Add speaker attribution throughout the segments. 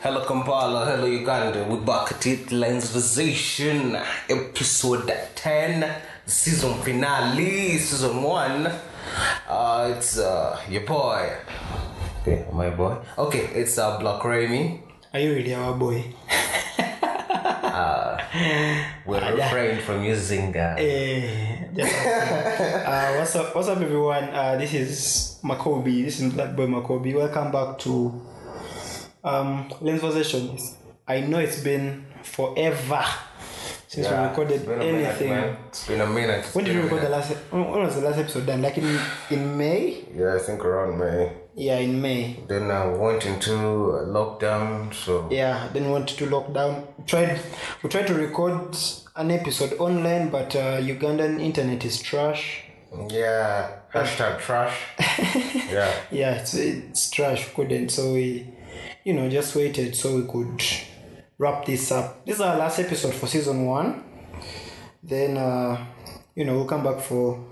Speaker 1: Hello Kampala, hello Uganda. We're back at it. Lines Realization, episode 10, season finale, season 1. Uh, it's uh, your boy. Okay, my boy. Okay, it's uh, Black Raimi.
Speaker 2: Are you really our boy?
Speaker 1: We'll
Speaker 2: Ah,
Speaker 1: refrain from using uh,
Speaker 2: Eh, just- uh, what's up? What's up, everyone? Uh, this is Makobi. This is Black Boy Makobi. Welcome back to um Lens Possessions. I know it's been forever since
Speaker 1: yeah,
Speaker 2: we recorded
Speaker 1: it's been a minute,
Speaker 2: anything.
Speaker 1: man. It's been a minute. it's
Speaker 2: when did
Speaker 1: been
Speaker 2: we
Speaker 1: a
Speaker 2: record the
Speaker 1: minute.
Speaker 2: last? e, When when was the last episode done? Like in in May?
Speaker 1: Yeah, I think around May.
Speaker 2: Yeah, in May.
Speaker 1: Then I went into uh, lockdown, so
Speaker 2: yeah then we went to lockdown tried we tried to record an episode online but uh, ugandan internet is trash
Speaker 1: yeah. Hashtag trash. yeah.
Speaker 2: yeah it's, it's trash we couldn't so we you know just waited so we could wrap this up this is our last episode for season one then uh, you know we'll come back for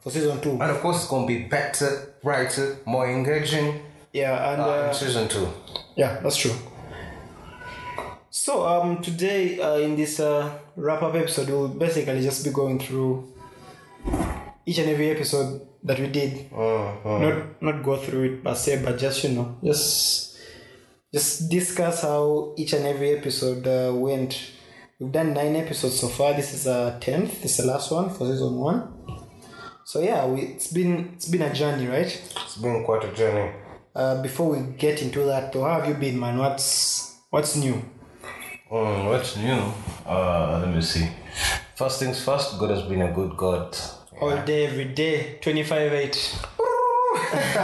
Speaker 2: for season two
Speaker 1: And of course, it's going to be better, brighter, more engaging
Speaker 2: yeah and
Speaker 1: in
Speaker 2: uh,
Speaker 1: season two.
Speaker 2: yeah that's true so um today uh, in this uh, wrap up episode we'll basically just be going through each and every episode that we did
Speaker 1: Mm-hmm.
Speaker 2: not not go through it per se but just you know just just discuss how each and every episode uh, went we've done nine episodes so far this is uh 10th this is the last one for season one so yeah we, it's been it's been a journey right
Speaker 1: It's been quite a journey.
Speaker 2: uh, before we get into that, though, how have you been, man? What's what's new?
Speaker 1: Mm, what's new? Uh, let me see. First things first, God has been a good God.
Speaker 2: All day, every day, twenty five eight.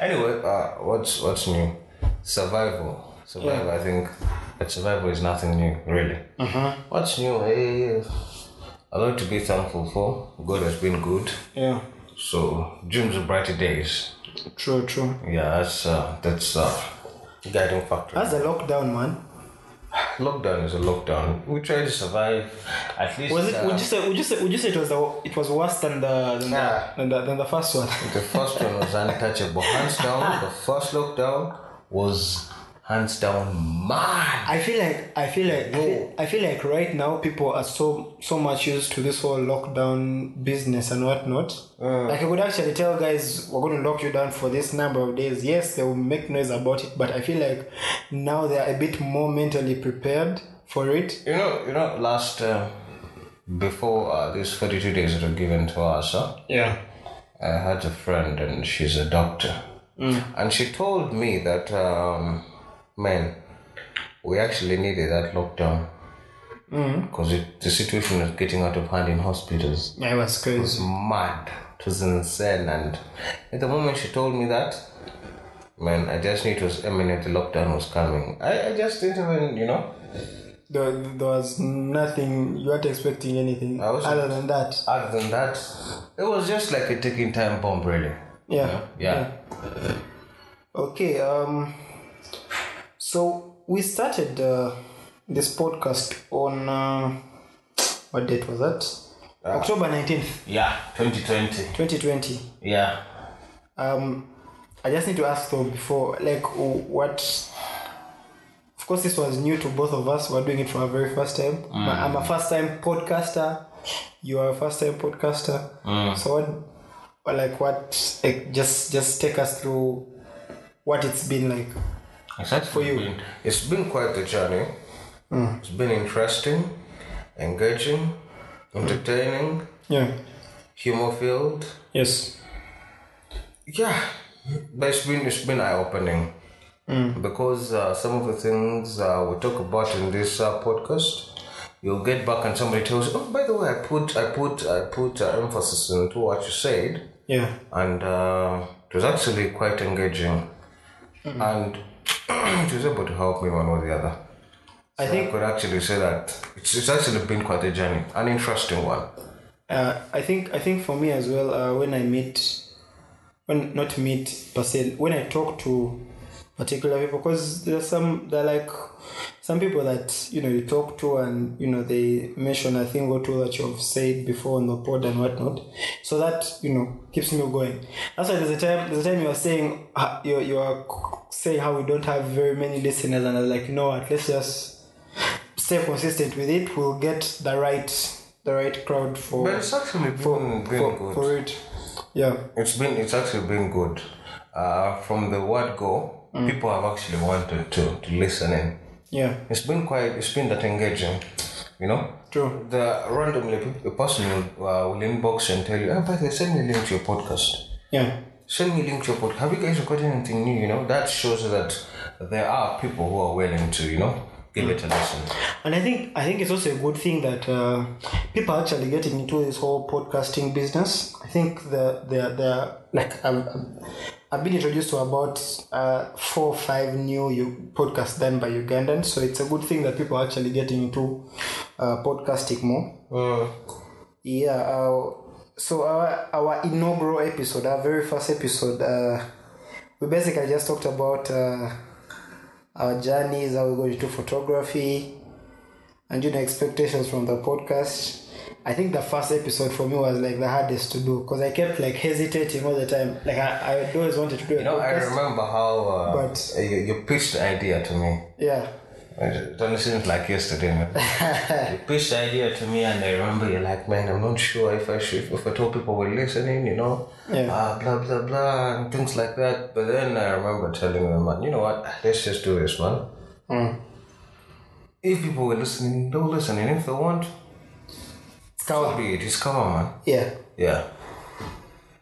Speaker 1: Anyway, uh, what's what's new? Survival. Survival, I think. But survival is nothing new, really.
Speaker 2: Uh-huh.
Speaker 1: What's new? Eh, a lot to be thankful for. God has been good.
Speaker 2: Yeah.
Speaker 1: So, dreams of brighter days.
Speaker 2: True, true.
Speaker 1: Yeah, that's uh, that's uh, guiding factor.
Speaker 2: That's the lockdown, man.
Speaker 1: Lockdown is a lockdown. We try to survive. At least
Speaker 2: Was it?
Speaker 1: uh,
Speaker 2: Would you say? Would you say? Would you say it was the? It was worse than the than,
Speaker 1: Yeah.
Speaker 2: the, than, the, than the first one.
Speaker 1: the first one was untouchable. Hands down, the first lockdown was hands down mad.
Speaker 2: I feel like I feel like I feel, I feel like right now people are so so much used to this whole lockdown business and whatnot. Like I could actually tell guys we're going to lock you down for this number of days. Yes, they will make noise about it, but I feel like now they are a bit more mentally prepared for it.
Speaker 1: You know, you know, last uh, before uh, these forty-two days that were given to us, huh,
Speaker 2: Yeah.
Speaker 1: I had a friend and she's a doctor, and she told me that, um, man, we actually needed that lockdown because it the situation was getting out of hand in hospitals.
Speaker 2: I was crazy.
Speaker 1: mad. It was insane. And at the moment she told me that, man, I just knew it was imminent. The lockdown was coming. I, I just didn't even, you know.
Speaker 2: There, there was nothing you weren't expecting anything
Speaker 1: I was-
Speaker 2: other than that.
Speaker 1: Other than that, it was just like a ticking time bomb, really.
Speaker 2: Yeah.
Speaker 1: Yeah.
Speaker 2: Okay, um, so we started uh, this podcast on uh, what date was that? October 19th,
Speaker 1: Yeah, 2020.
Speaker 2: 2020.
Speaker 1: Yeah.
Speaker 2: Um, I just need to ask though before, like, w- what of course, this was new to both of us, we're doing it for our very first time. My- I'm a first time podcaster, you are a first time podcaster, so what, or like, what, like, just just take us through what it's been like.
Speaker 1: Except for you. it's been quite the journey. It's been interesting, engaging, entertaining,
Speaker 2: Yeah.
Speaker 1: humor filled.
Speaker 2: Yes.
Speaker 1: yeah but it's been it's been eye-opening because uh, some of the things uh, we talk about in this uh, podcast you'll get back and somebody tells you oh by the way i put i put i put uh, emphasis into what you said
Speaker 2: Yeah.
Speaker 1: and uh, it was actually quite engaging and it was able to help me one way or the other
Speaker 2: I
Speaker 1: i
Speaker 2: think
Speaker 1: could actually say that it's, it's actually been quite a journey an interesting one
Speaker 2: uh, I think I think for me as well. Uh, when I meet, when not meet per se, when I talk to particular people because there's some they're like some people that you know you talk to and you know they mention a thing or two that you've said before on the pod and whatnot so that you know keeps me going that's why there's a time there's a time you are saying uh, you you are saying how we don't have very many listeners and I was like you know what let's just stay consistent with it we'll get the right the right crowd for
Speaker 1: But it's actually been,
Speaker 2: for,
Speaker 1: been
Speaker 2: for,
Speaker 1: good.
Speaker 2: for it yeah
Speaker 1: It's been it's actually been good. Uh, from the word go, people have actually wanted to, to listen in.
Speaker 2: yeah
Speaker 1: It's been quite it's been that engaging, you know.
Speaker 2: True.
Speaker 1: The randomly pe- a person will, uh, will inbox and tell you, "Ah, by the way, send me a link to your podcast.
Speaker 2: yeah
Speaker 1: Send me a link to your podcast. Have you guys recorded anything new? You know that shows that there are people who are willing to you know give it a listen.
Speaker 2: And I think I think it's also a good thing that uh, people are actually getting into this whole podcasting business. I think the the the like I've, I've been introduced to about uh, four or five new U- podcasts done by Ugandans. So it's a good thing that people are actually getting into uh, podcasting more. Yeah. Uh, so our our inaugural episode, our very first episode, uh, we basically just talked about uh, our journeys, how we got into photography, and you know expectations from the podcast. I think the first episode for me was like the hardest to do because I kept like hesitating all the time. Like I, I always wanted to do a
Speaker 1: You know, I
Speaker 2: podcast.
Speaker 1: remember how uh,
Speaker 2: But-
Speaker 1: you, you pitched the idea to me.
Speaker 2: yeah.
Speaker 1: It only seems like yesterday, man. you pitched the idea to me, and I remember you're like, man, I'm not sure if I should, if I told people we're listening, you know,
Speaker 2: Yeah.
Speaker 1: uh, blah, blah, blah, and things like that. But then I remember telling them, man, you know what, let's just do this, man. Mm. If people were listening, they'll listen, and if they want,
Speaker 2: It's
Speaker 1: so
Speaker 2: covered.
Speaker 1: be it. It's cover, man.
Speaker 2: Yeah.
Speaker 1: Yeah.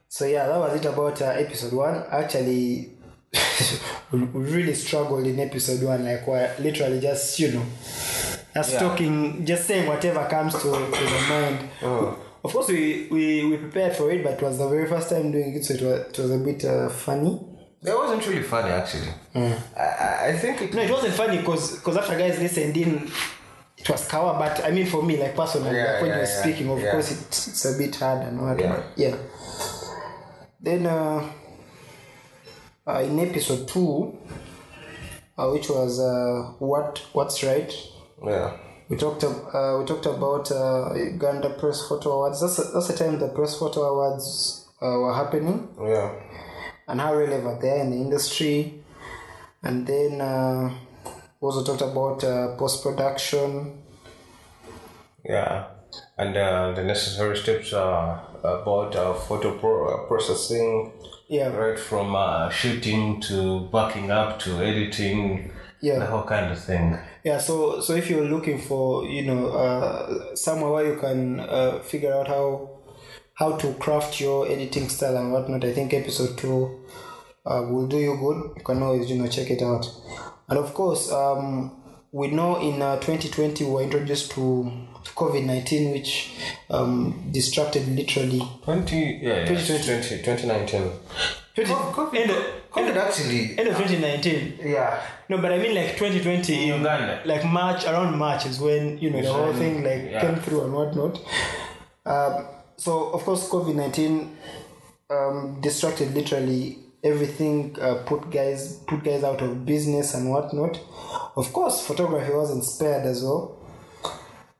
Speaker 2: So yeah, that was it about uh, episode one. Actually, we we really struggled in episode one, like we're literally just you know, just talking, just saying whatever comes to, to the mind. Of course, we, we we prepared for it, but it was the very first time doing it, so it was, it was a bit uh, funny.
Speaker 1: That wasn't really funny, actually. I- I, I think it
Speaker 2: No, it wasn't funny because after guys listened in, it was cover. But I mean, for me, like personally,
Speaker 1: Yeah,
Speaker 2: like when
Speaker 1: yeah,
Speaker 2: you're
Speaker 1: yeah,
Speaker 2: speaking, of
Speaker 1: yeah.
Speaker 2: course, it, it's a bit hard and what.
Speaker 1: Yeah.
Speaker 2: Yeah. yeah. Then, uh, uh, in episode two, uh, which was uh, what what's right,
Speaker 1: Yeah.
Speaker 2: we talked ab- uh, we talked about uh, Uganda Press Photo Awards. That's that's the time the Press Photo Awards uh, were happening
Speaker 1: Yeah.
Speaker 2: and how relevant they are in the industry. And then uh, we also talked about uh, post production.
Speaker 1: Yeah, and uh, the necessary steps are about uh, photo pro- uh, processing,
Speaker 2: Yeah,
Speaker 1: right from uh, shooting to backing up to editing, the
Speaker 2: yeah,
Speaker 1: whole kind of thing.
Speaker 2: yeah. So, so if you're looking for, you know, uh, somewhere where you can uh, figure out how how to craft your editing style and whatnot, I think episode two uh, will do you good. You can always, you know, check it out. And of course, um, we know in uh, 2020 we were introduced to, to COVID 19, which um, distracted literally
Speaker 1: 20, yeah, yeah 2020, 2019. COVID,
Speaker 2: end of,
Speaker 1: COVID actually,
Speaker 2: end of 2019
Speaker 1: yeah,
Speaker 2: no but i mean like 2020 in
Speaker 1: Uganda.
Speaker 2: like march around march is when you know the whole thing like
Speaker 1: Oh yeah.
Speaker 2: came through and whatnot um, so of course covid-19 um, distracted literally everything uh, put guys put guys out of business and whatnot of course photography wasn't spared as well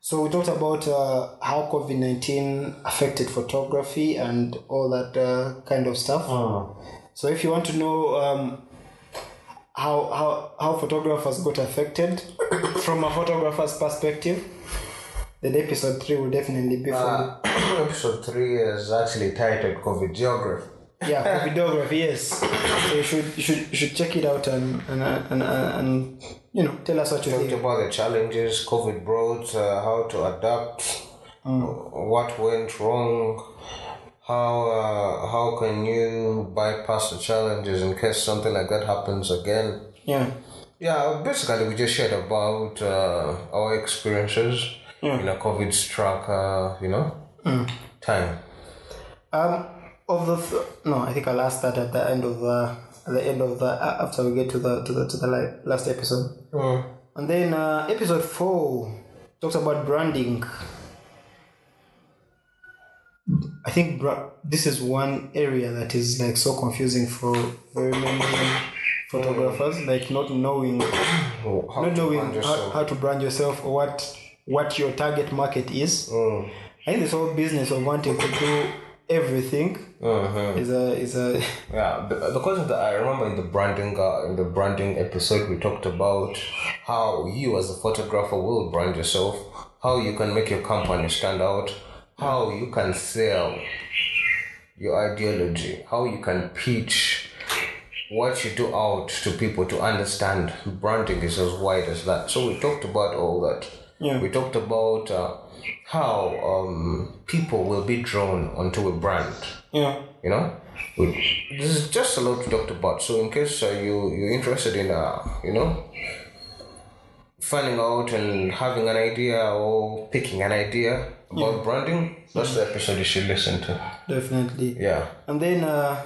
Speaker 2: so we talked about uh, how covid-19 affected photography and all that uh, kind of stuff
Speaker 1: Hmm.
Speaker 2: so if you want to know um, how, how how photographers got affected from a photographer's perspective, then episode three will definitely be for
Speaker 1: Uh, episode 3 is actually titled COVID Geography.
Speaker 2: yeah for videography. Yes, so you should you should you should check it out and and uh, and, uh, and you know tell us what you
Speaker 1: Talked
Speaker 2: think.
Speaker 1: about the challenges COVID brought, uh, how to adapt, what went wrong, how uh, how can you bypass the challenges in case something like that happens again.
Speaker 2: Yeah,
Speaker 1: Yeah, basically we just shared about uh, our experiences in a COVID struck, uh, you know, time.
Speaker 2: um, of the th- no, I think I'll ask that at the end of the at the end of the uh, after we get to the to the to the li- last episode. And then uh, episode four talks about branding. I think bra- this is one area that is like so confusing for very many photographers, like not knowing
Speaker 1: Oh, how
Speaker 2: not
Speaker 1: to
Speaker 2: knowing
Speaker 1: brand
Speaker 2: how,
Speaker 1: yourself.
Speaker 2: how to brand yourself or what what your target market is.
Speaker 1: Mm.
Speaker 2: I think this whole business of wanting to do everything
Speaker 1: Mhm.
Speaker 2: is a is a
Speaker 1: Yeah, be- because of the, I remember in the branding uh, in the branding episode we talked about how you as a photographer will brand yourself, how you can make your company stand out, how you can sell your ideology, how you can pitch what you do out to people to understand branding is as wide as that. So we talked about all that.
Speaker 2: Yeah.
Speaker 1: We talked about uh, how um, people will be drawn onto a brand
Speaker 2: yeah.
Speaker 1: you know Well,
Speaker 2: Mm-hmm.
Speaker 1: this is just a lot to talk about so in case uh, you you're interested in uh you know finding out and having an idea or picking an idea about branding that's
Speaker 2: Mm-hmm.
Speaker 1: the episode you should listen to
Speaker 2: Definitely.
Speaker 1: yeah
Speaker 2: And then uh,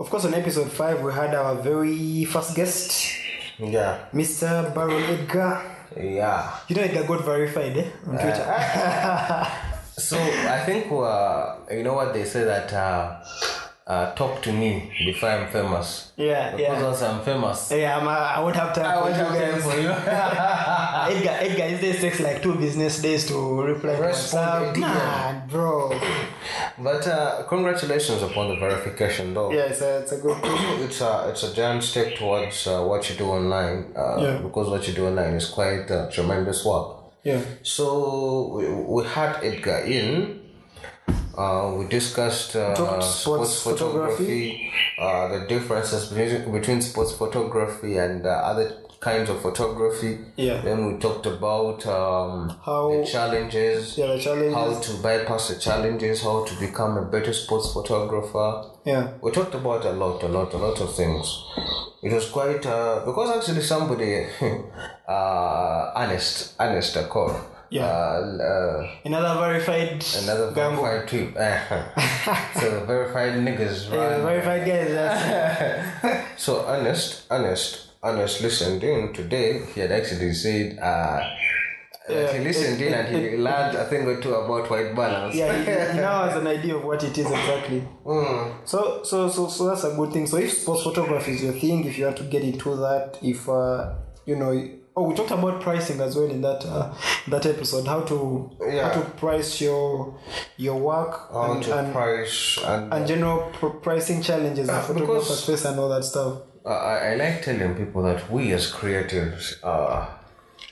Speaker 2: of course on episode five we had our very first guest,
Speaker 1: yeah
Speaker 2: Mr. Baron Edgar.
Speaker 1: yeah
Speaker 2: You know Edgar got verified eh, on Twitter.
Speaker 1: so i think uh, you know what they say that uh, uh, talk to me before i'm famous
Speaker 2: yeah,
Speaker 1: because
Speaker 2: yeah.
Speaker 1: once i'm famous
Speaker 2: Yeah, I'm, uh, I won't have time
Speaker 1: i
Speaker 2: for
Speaker 1: will
Speaker 2: you
Speaker 1: have time
Speaker 2: guys. Uh,
Speaker 1: for you
Speaker 2: Edgar, Edgar, these days takes like two business days to reply to
Speaker 1: Respond,
Speaker 2: WhatsApp. Nah, bro.
Speaker 1: but uh, congratulations upon the verification though
Speaker 2: Yeah, it's a, it's a good thing.
Speaker 1: it's a it's a giant step towards uh, what you do online uh,
Speaker 2: Yeah.
Speaker 1: because what you do online is quite uh, tremendous work.
Speaker 2: Yeah.
Speaker 1: So we, we had Edgar in. Uh, we discussed uh,
Speaker 2: Talked
Speaker 1: sports,
Speaker 2: sports
Speaker 1: photography, uh, the differences between, between sports photography and uh, other kinds of photography.
Speaker 2: Yeah.
Speaker 1: Then we talked about um,
Speaker 2: How-
Speaker 1: the challenges,
Speaker 2: Yeah, the challenges.
Speaker 1: how to bypass the challenges, how to become a better sports photographer.
Speaker 2: Yeah.
Speaker 1: We talked about a lot, a lot, a lot of things. It was quite uh, because actually somebody, uh, honest, honest, a call.
Speaker 2: Yeah.
Speaker 1: Uh, uh,
Speaker 2: Another verified
Speaker 1: another
Speaker 2: Gambo.
Speaker 1: verified tweet. so the verified niggas,
Speaker 2: Yeah,
Speaker 1: right?
Speaker 2: verified guys. that's-
Speaker 1: So honest, honest, honest. Listened in today. He had actually said. Uh, that he
Speaker 2: Yeah,
Speaker 1: listened in and he learned a thing or two about white balance.
Speaker 2: yeah, he, he now has an idea of what it is exactly.
Speaker 1: Mm.
Speaker 2: So, so, so, so that's a good thing. So, if sports photography is your thing, if you want to get into that, if uh, you know, oh, we talked about pricing as well in that uh, that episode, how to
Speaker 1: Yeah.
Speaker 2: how to price your your work
Speaker 1: How
Speaker 2: and,
Speaker 1: to
Speaker 2: and,
Speaker 1: price and
Speaker 2: and general pr- pricing challenges in photographer
Speaker 1: Ah, because-
Speaker 2: space and all that stuff.
Speaker 1: I, Uh, I- I like telling people that we as creatives, uh,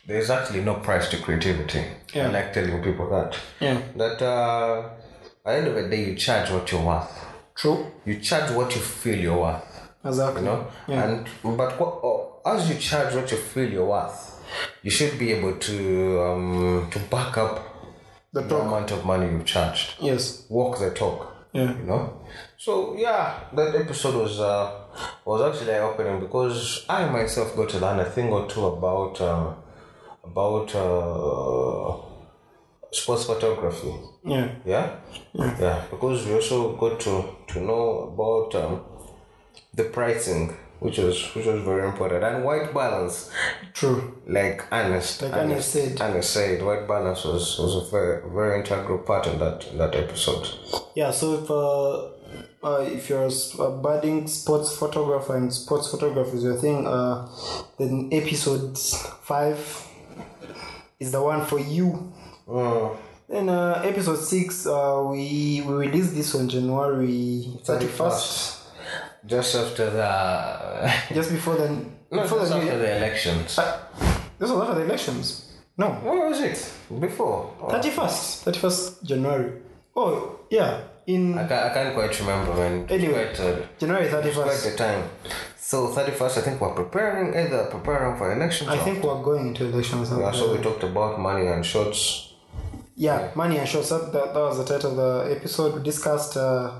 Speaker 1: there's actually no price to creativity. I
Speaker 2: Yeah.
Speaker 1: like telling people that.
Speaker 2: Yeah.
Speaker 1: That uh, at the end of the day, you charge what you're worth.
Speaker 2: True.
Speaker 1: You charge what you feel you're worth.
Speaker 2: Exactly.
Speaker 1: You know, and but what, oh, as you charge what you feel you're worth, you should be able to um, to back up
Speaker 2: The
Speaker 1: the amount of money you've charged.
Speaker 2: Yes.
Speaker 1: Walk the talk
Speaker 2: Yeah.
Speaker 1: you know so yeah that episode was uh was actually eye-opening because i myself got to learn a thing or two about uh, about uh, sports photography
Speaker 2: Yeah.
Speaker 1: yeah yeah because we also got to to know about um, the pricing which was which was very important and white balance
Speaker 2: True.
Speaker 1: like honest
Speaker 2: Like Anas said.
Speaker 1: Anas said white balance was was a very very integral part of that that episode
Speaker 2: Yeah, so if uh, uh, if you're a s- a budding sports photographer and sports photography is your thing, uh, then episode five is the one for you.
Speaker 1: Mm.
Speaker 2: Then uh, episode six, uh, we we released this on January thirty first,
Speaker 1: just after the
Speaker 2: just before the
Speaker 1: no,
Speaker 2: before
Speaker 1: just
Speaker 2: the new
Speaker 1: after
Speaker 2: year.
Speaker 1: the elections.
Speaker 2: This was after the elections. No,
Speaker 1: Uh, What was it before? Oh,
Speaker 2: thirty first, thirty first January. Oh yeah,
Speaker 1: I
Speaker 2: in
Speaker 1: can't, I can't quite remember when.
Speaker 2: Anyway.
Speaker 1: quite, uh,
Speaker 2: January thirty
Speaker 1: quite
Speaker 2: first.
Speaker 1: the time. So thirty first, I think we're preparing either preparing for elections.
Speaker 2: I
Speaker 1: or-
Speaker 2: think uh, we're going into elections.
Speaker 1: Yeah, so we talked about money and shots.
Speaker 2: yeah, money and shows up. That, that was the title of the episode. We discussed, uh,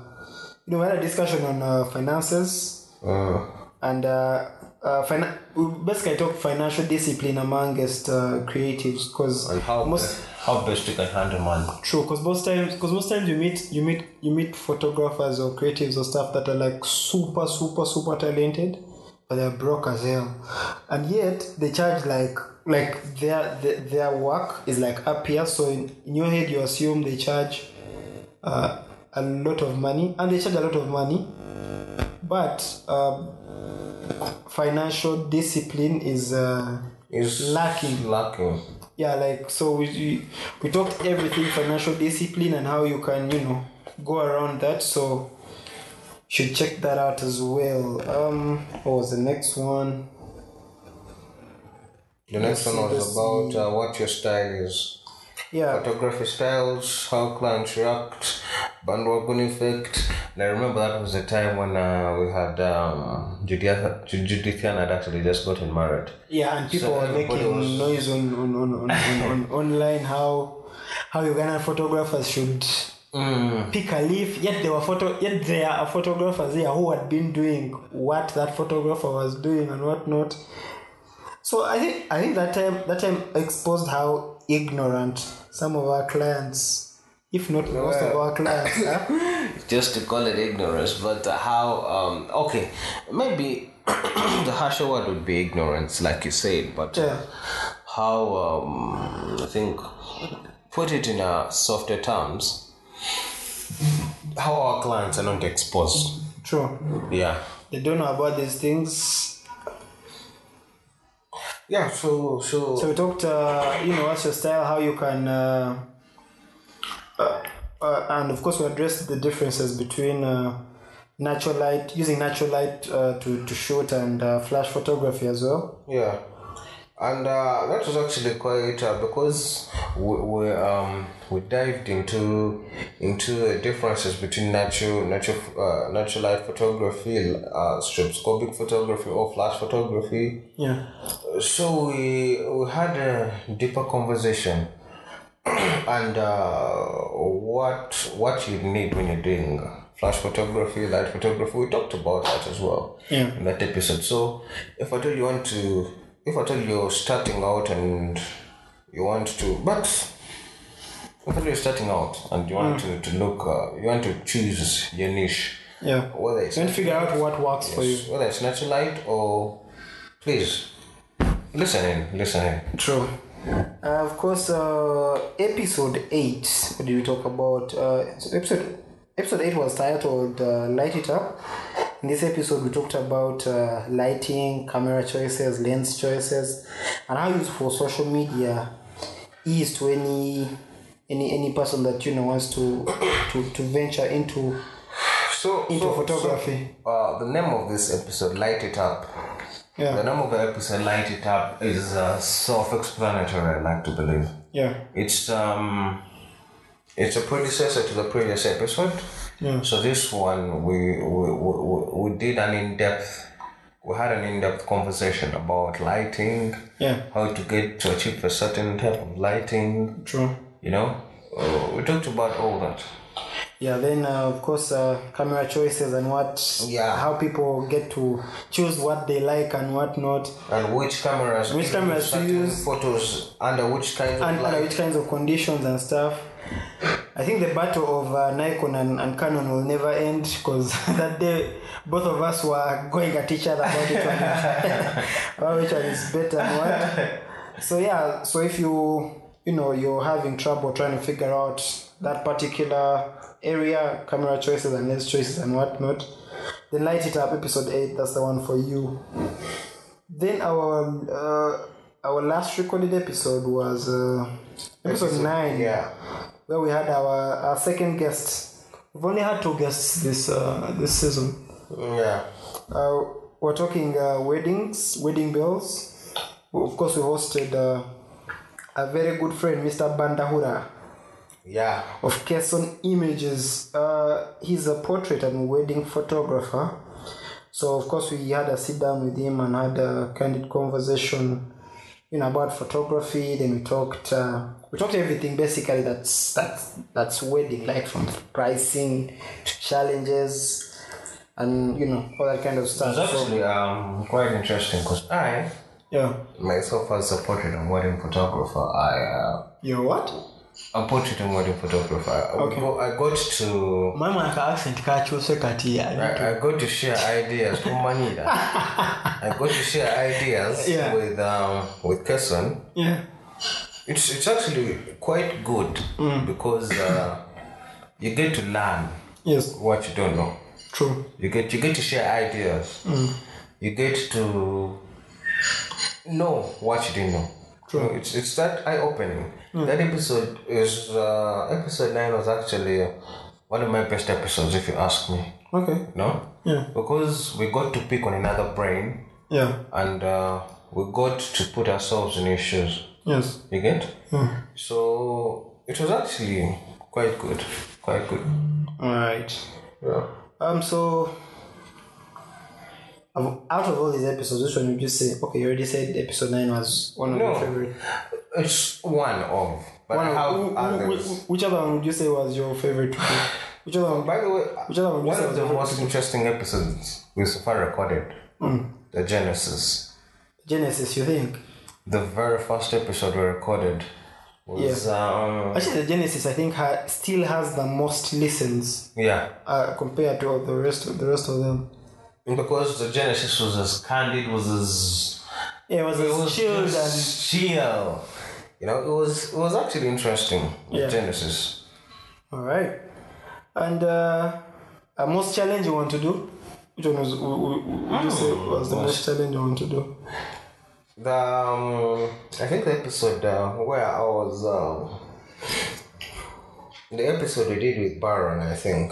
Speaker 2: you know, we had a discussion on uh, finances
Speaker 1: Uh,
Speaker 2: and uh, uh, fin- we basically talked financial discipline amongst uh, creatives because
Speaker 1: and how
Speaker 2: most
Speaker 1: best, how best you can handle money.
Speaker 2: true because most times because most times you meet you meet you meet photographers or creatives or stuff that are like super super super talented but they're broke as hell and yet they charge like like their their, their work is like up here so in, in your head you assume they charge uh, a lot of money and they charge a lot of money but uh, um, financial discipline is uh,
Speaker 1: It's
Speaker 2: Lacking.
Speaker 1: Lacking.
Speaker 2: yeah like so we- we we talked everything financial discipline and how you can you know go around that so should check that out as well um what was the next one
Speaker 1: The next
Speaker 2: Let's
Speaker 1: one
Speaker 2: see,
Speaker 1: was about uh, what your style is.
Speaker 2: yeah
Speaker 1: Photography styles, how clients react, bandwagon effect. And I remember that was a time when uh, we had um, Judith, Judith had actually just gotten married.
Speaker 2: yeah and people
Speaker 1: So
Speaker 2: are
Speaker 1: everybody
Speaker 2: making
Speaker 1: was-
Speaker 2: noise on on, on, on, on, on online how how ugandan photographers should
Speaker 1: Mm,
Speaker 2: pick a leaf yet there were photo yet there are photographers here who had been doing what that photographer was doing and whatnot so i think i think that time that time exposed how ignorant some of our clients if not most of our clients are
Speaker 1: just to call it ignorance, but how, um, okay, maybe the harsher word would be ignorance, like you said, but
Speaker 2: Yeah.
Speaker 1: how, um, I think, put it in a softer terms, how our clients are not exposed.
Speaker 2: true
Speaker 1: Yeah.
Speaker 2: they don't know about these things
Speaker 1: Yeah, so, so,
Speaker 2: so we talked uh, you know what's your style how you can uh, uh, uh, and of course we addressed the differences between uh, natural light using natural light uh, to, to shoot and uh, flash photography as well
Speaker 1: yeah. And uh, that was actually quite uh, because we, we um we dived into into the differences between natural natural uh, natural light photography, uh, stroboscopic photography or flash photography.
Speaker 2: yeah
Speaker 1: So we we had a deeper conversation, and uh, what what you need when you're doing flash photography, light photography. We talked about that as well
Speaker 2: Yeah.
Speaker 1: in that episode. So if at all you want to, if at all you're starting out and you want to, but if at all you're starting out and you want
Speaker 2: Mm.
Speaker 1: to, to look, uh, you want to choose your niche,
Speaker 2: yeah
Speaker 1: whether it's
Speaker 2: then figure out what works for you
Speaker 1: whether it's natural light or please listen in listen in
Speaker 2: true uh, of course uh, episode 8 what did we talk about uh, so episode episode 8 was titled uh, light it up in this episode we talked about uh, lighting camera choices lens choices and how useful social media is to any any any person that you know wants to to, to venture into
Speaker 1: so
Speaker 2: into
Speaker 1: so-
Speaker 2: photography
Speaker 1: so, uh, the name of this episode light it up
Speaker 2: Yeah.
Speaker 1: the name of the episode light it up is uh, self-explanatory i like to believe
Speaker 2: yeah
Speaker 1: it's um it's a predecessor to the previous episode
Speaker 2: Yeah.
Speaker 1: so this one we we, we, we- we did an in-depth we had an in-depth conversation about lighting
Speaker 2: yeah
Speaker 1: how to get to achieve a certain type of lighting
Speaker 2: true
Speaker 1: you know uh, we talked about all that
Speaker 2: Yeah, then uh, of course uh, camera choices and what
Speaker 1: Yeah.
Speaker 2: how people get to choose what they like and what not
Speaker 1: and which cameras
Speaker 2: Which
Speaker 1: give you
Speaker 2: cameras to
Speaker 1: certain
Speaker 2: use.
Speaker 1: photos under which kinds
Speaker 2: and
Speaker 1: of light
Speaker 2: under which kinds of conditions and stuff. I think the battle of uh, Nikon and, and Canon will never end because that day both of us were going at each other about which one is, about which one is better and what. So yeah, so if you you know you're having trouble trying to figure out that particular area, camera choices and lens choices and whatnot, then light it up. Episode eight, that's the one for you. Then our uh, our last recorded episode was uh, episode, nine,
Speaker 1: yeah
Speaker 2: where we had our, our second guest. We've only had two guests this uh, this season.
Speaker 1: yeah
Speaker 2: Uh, we're talking uh, weddings, wedding bells. Of course, we hosted uh, a very good friend, Mr. Bandahura
Speaker 1: yeah
Speaker 2: of Kesson Images. Uh, he's a portrait and wedding photographer. So of course we had a sit down with him and had a candid conversation, you know, about photography. Then we talked, uh, we talked everything basically that's that's that's wedding, like from pricing to challenges, and you know all that kind of stuff.
Speaker 1: it's
Speaker 2: So,
Speaker 1: actually um quite interesting because i
Speaker 2: yeah,
Speaker 1: myself as a portrait and wedding photographer i uh,
Speaker 2: you know what?
Speaker 1: a portrait and wedding photographer I- I,
Speaker 2: Okay.
Speaker 1: go, I got to
Speaker 2: My man accent catch you
Speaker 1: I, I got to share ideas to Manila. I got to share ideas
Speaker 2: Yeah.
Speaker 1: with um with Kesson.
Speaker 2: Yeah.
Speaker 1: It's it's actually quite good because uh, you get to learn
Speaker 2: Yes.
Speaker 1: what you don't know.
Speaker 2: True.
Speaker 1: You get you get to share ideas. you get to know what you didn't know.
Speaker 2: True.
Speaker 1: It's, it's that eye opening. That episode is uh, episode nine was actually one of my best episodes, if you ask me.
Speaker 2: Okay.
Speaker 1: No,
Speaker 2: Yeah.
Speaker 1: because we got to pick on another brain,
Speaker 2: Yeah.
Speaker 1: and uh, we got to put ourselves in issues.
Speaker 2: Yes.
Speaker 1: You get?
Speaker 2: Yeah.
Speaker 1: So it was actually quite good, quite good.
Speaker 2: All right.
Speaker 1: Yeah.
Speaker 2: Um. So, of- out of all these episodes, which one would you say? Okay, you already said episode nine was one of your
Speaker 1: No.
Speaker 2: favorite.
Speaker 1: It's one of, but
Speaker 2: One of-
Speaker 1: how
Speaker 2: wh- wh-
Speaker 1: others?
Speaker 2: wh- which other one would you say was your favorite? which other one?
Speaker 1: By the way,
Speaker 2: Which other one?
Speaker 1: one of the most interesting episodes we so far recorded, the Genesis.
Speaker 2: Hmm. Genesis. You think?
Speaker 1: The very first episode we recorded was um,
Speaker 2: Actually, the Genesis I think ha- still has the most listens
Speaker 1: yeah,
Speaker 2: uh, compared to all the rest of the rest of them.
Speaker 1: because the Genesis was as candid, was as
Speaker 2: Yeah, it was,
Speaker 1: it was
Speaker 2: chilled and
Speaker 1: just chill. You know, it was it was actually interesting. The
Speaker 2: Yeah.
Speaker 1: Genesis.
Speaker 2: all right. And uh, a most challenging one to do. Which one was w- w- w- would you say was the most challenging one to do?
Speaker 1: The um, I think the episode uh, where I was um, the episode we did with Baron, I think.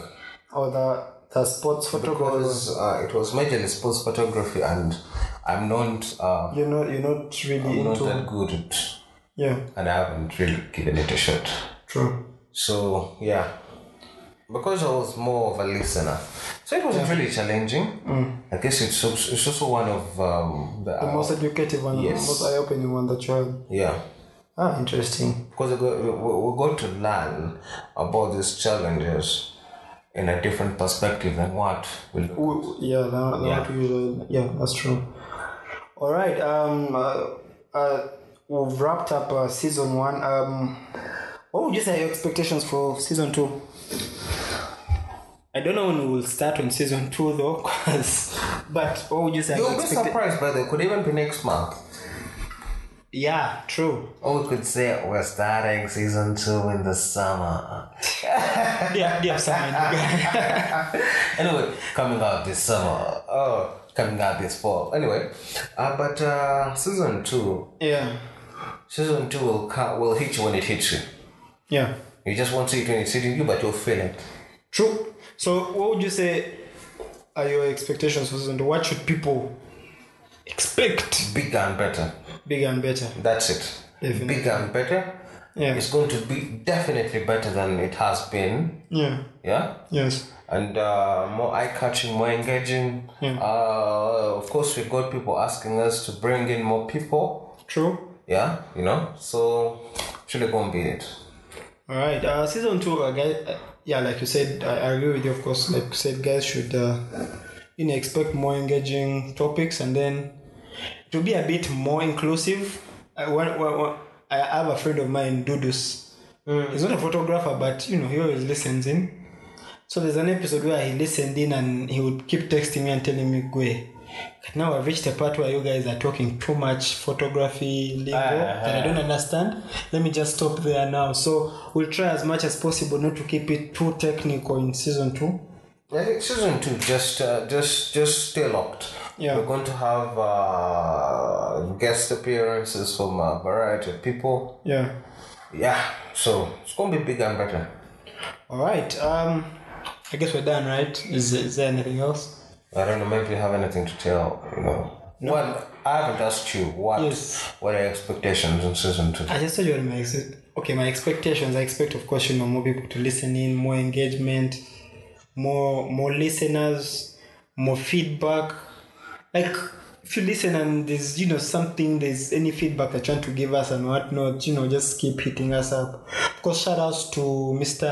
Speaker 2: Or Oh, the the sports photography. one?
Speaker 1: because uh, it was majorly sports photography and I'm not uh,
Speaker 2: You're not you're not really
Speaker 1: not
Speaker 2: into
Speaker 1: that good at
Speaker 2: yeah.
Speaker 1: and I haven't really given it a shot.
Speaker 2: True.
Speaker 1: So yeah. Because I was more of a listener. So it wasn't really challenging. I guess it's also, it's also one of um, the,
Speaker 2: Mm. The most educative one,
Speaker 1: Yes.
Speaker 2: the most eye-opening one that you had.
Speaker 1: yeah.
Speaker 2: Ah, interesting.
Speaker 1: Because we got, we, we got to learn about these challenges in a different perspective than what we look
Speaker 2: Ooh, yeah, now, now yeah. usually, yeah, that's true. All right. Um. Uh, uh, we've wrapped up uh, season one. Um. What would you say are your expectations for season two? I don't know when we'll start on season two though, 'cause- but what would you say? are your
Speaker 1: You'll be
Speaker 2: expecta-
Speaker 1: surprised by the could even be next month.
Speaker 2: yeah, true.
Speaker 1: Or we could say we're starting season two in the summer.
Speaker 2: yeah, yeah, Simon.
Speaker 1: Anyway, coming out this summer. Oh, coming out this fall. Anyway, uh, but uh, season two,
Speaker 2: yeah,
Speaker 1: season two will come, will hit you when it hits you.
Speaker 2: yeah.
Speaker 1: You just won't see it when it's hitting you, but you'll feel it.
Speaker 2: True. So, what would you say are your expectations for season two? What should people expect?
Speaker 1: Bigger and better.
Speaker 2: Bigger and better.
Speaker 1: That's it.
Speaker 2: Definitely.
Speaker 1: Bigger and better.
Speaker 2: Yeah.
Speaker 1: It's going to be definitely better than it has been.
Speaker 2: Yeah.
Speaker 1: Yeah.
Speaker 2: Yes.
Speaker 1: and uh, more eye-catching, more engaging. Uh, of course, we got people asking us to bring in more people.
Speaker 2: True.
Speaker 1: Yeah, you know. So, should it go and beat it?
Speaker 2: All right. Uh, season two, uh, guys. Uh, yeah, like you said, I, I agree with you. Of course, like you said, guys should uh, you know expect more engaging topics, and then to be a bit more inclusive. I one, one, one, I have a friend of mine, Dudus. He's not a photographer, but you know he always listens in. So there's an episode where he listened in and he would keep texting me and telling me, "Gwe, now I've reached a part where you guys are talking too much photography lingo that I don't understand. Let me just stop there now." So we'll try as much as possible not to keep it too technical in season two.
Speaker 1: I think season two just uh, just just stay locked.
Speaker 2: Yeah.
Speaker 1: We're going to have uh, guest appearances from a variety of people.
Speaker 2: Yeah.
Speaker 1: Yeah. So it's going to be bigger and better.
Speaker 2: All right. Um, I guess we're done, right? Is, is there anything else?
Speaker 1: I don't know. Maybe you have anything to tell. You know. Well, I haven't asked you what
Speaker 2: Yes.
Speaker 1: what are your expectations in season two.
Speaker 2: I just told you what my ex- okay my expectations. I expect, of course, you know, more people to listen in, more engagement, more more listeners, more feedback. Like if you listen and there's you know something, there's any feedback they're trying to give us and whatnot, you know, just keep hitting us up. Of course, shout outs to Mr.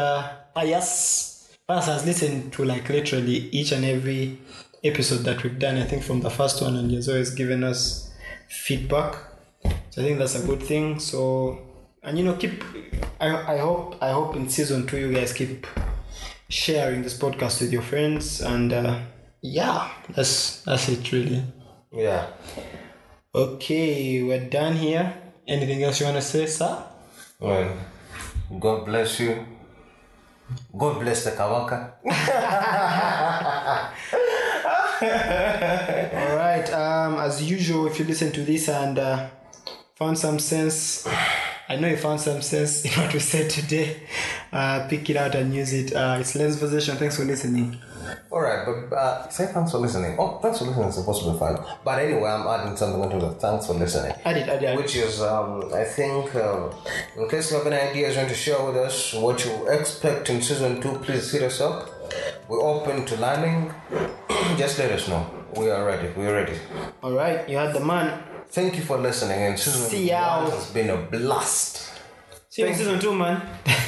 Speaker 2: Pius. Pius has listened to like literally each and every episode that we've done. I think from the first one, and he's always given us feedback. So I think that's a good thing. So and you know keep I, I hope I hope in season two you guys keep sharing this podcast with your friends and uh, yeah that's that's it really.
Speaker 1: Yeah.
Speaker 2: Okay, we're done here. Anything else you wanna say, sir?
Speaker 1: Well, God bless you. God bless the Kawaka.
Speaker 2: Alright. right. Um, as usual, if you listen to this and uh, found some sense, I know you found some sense in what we said today. Uh, pick it out and use it. Uh, it's Lens Position. Thanks for listening.
Speaker 1: All right, but uh, say thanks for listening. Oh, thanks for listening is supposed to be fun. But anyway, I'm adding something onto the thanks for listening.
Speaker 2: Add it. Add it. Add it.
Speaker 1: Which is, um, I think, um, in case you have any ideas you want to share with us, what you expect in season two, please hit us up. We're open to learning. Just let us know. We are ready. We are ready.
Speaker 2: All right. You had the man.
Speaker 1: Thank you for listening. And season
Speaker 2: See
Speaker 1: one
Speaker 2: y'all.
Speaker 1: has been a blast.
Speaker 2: See you in season two, man.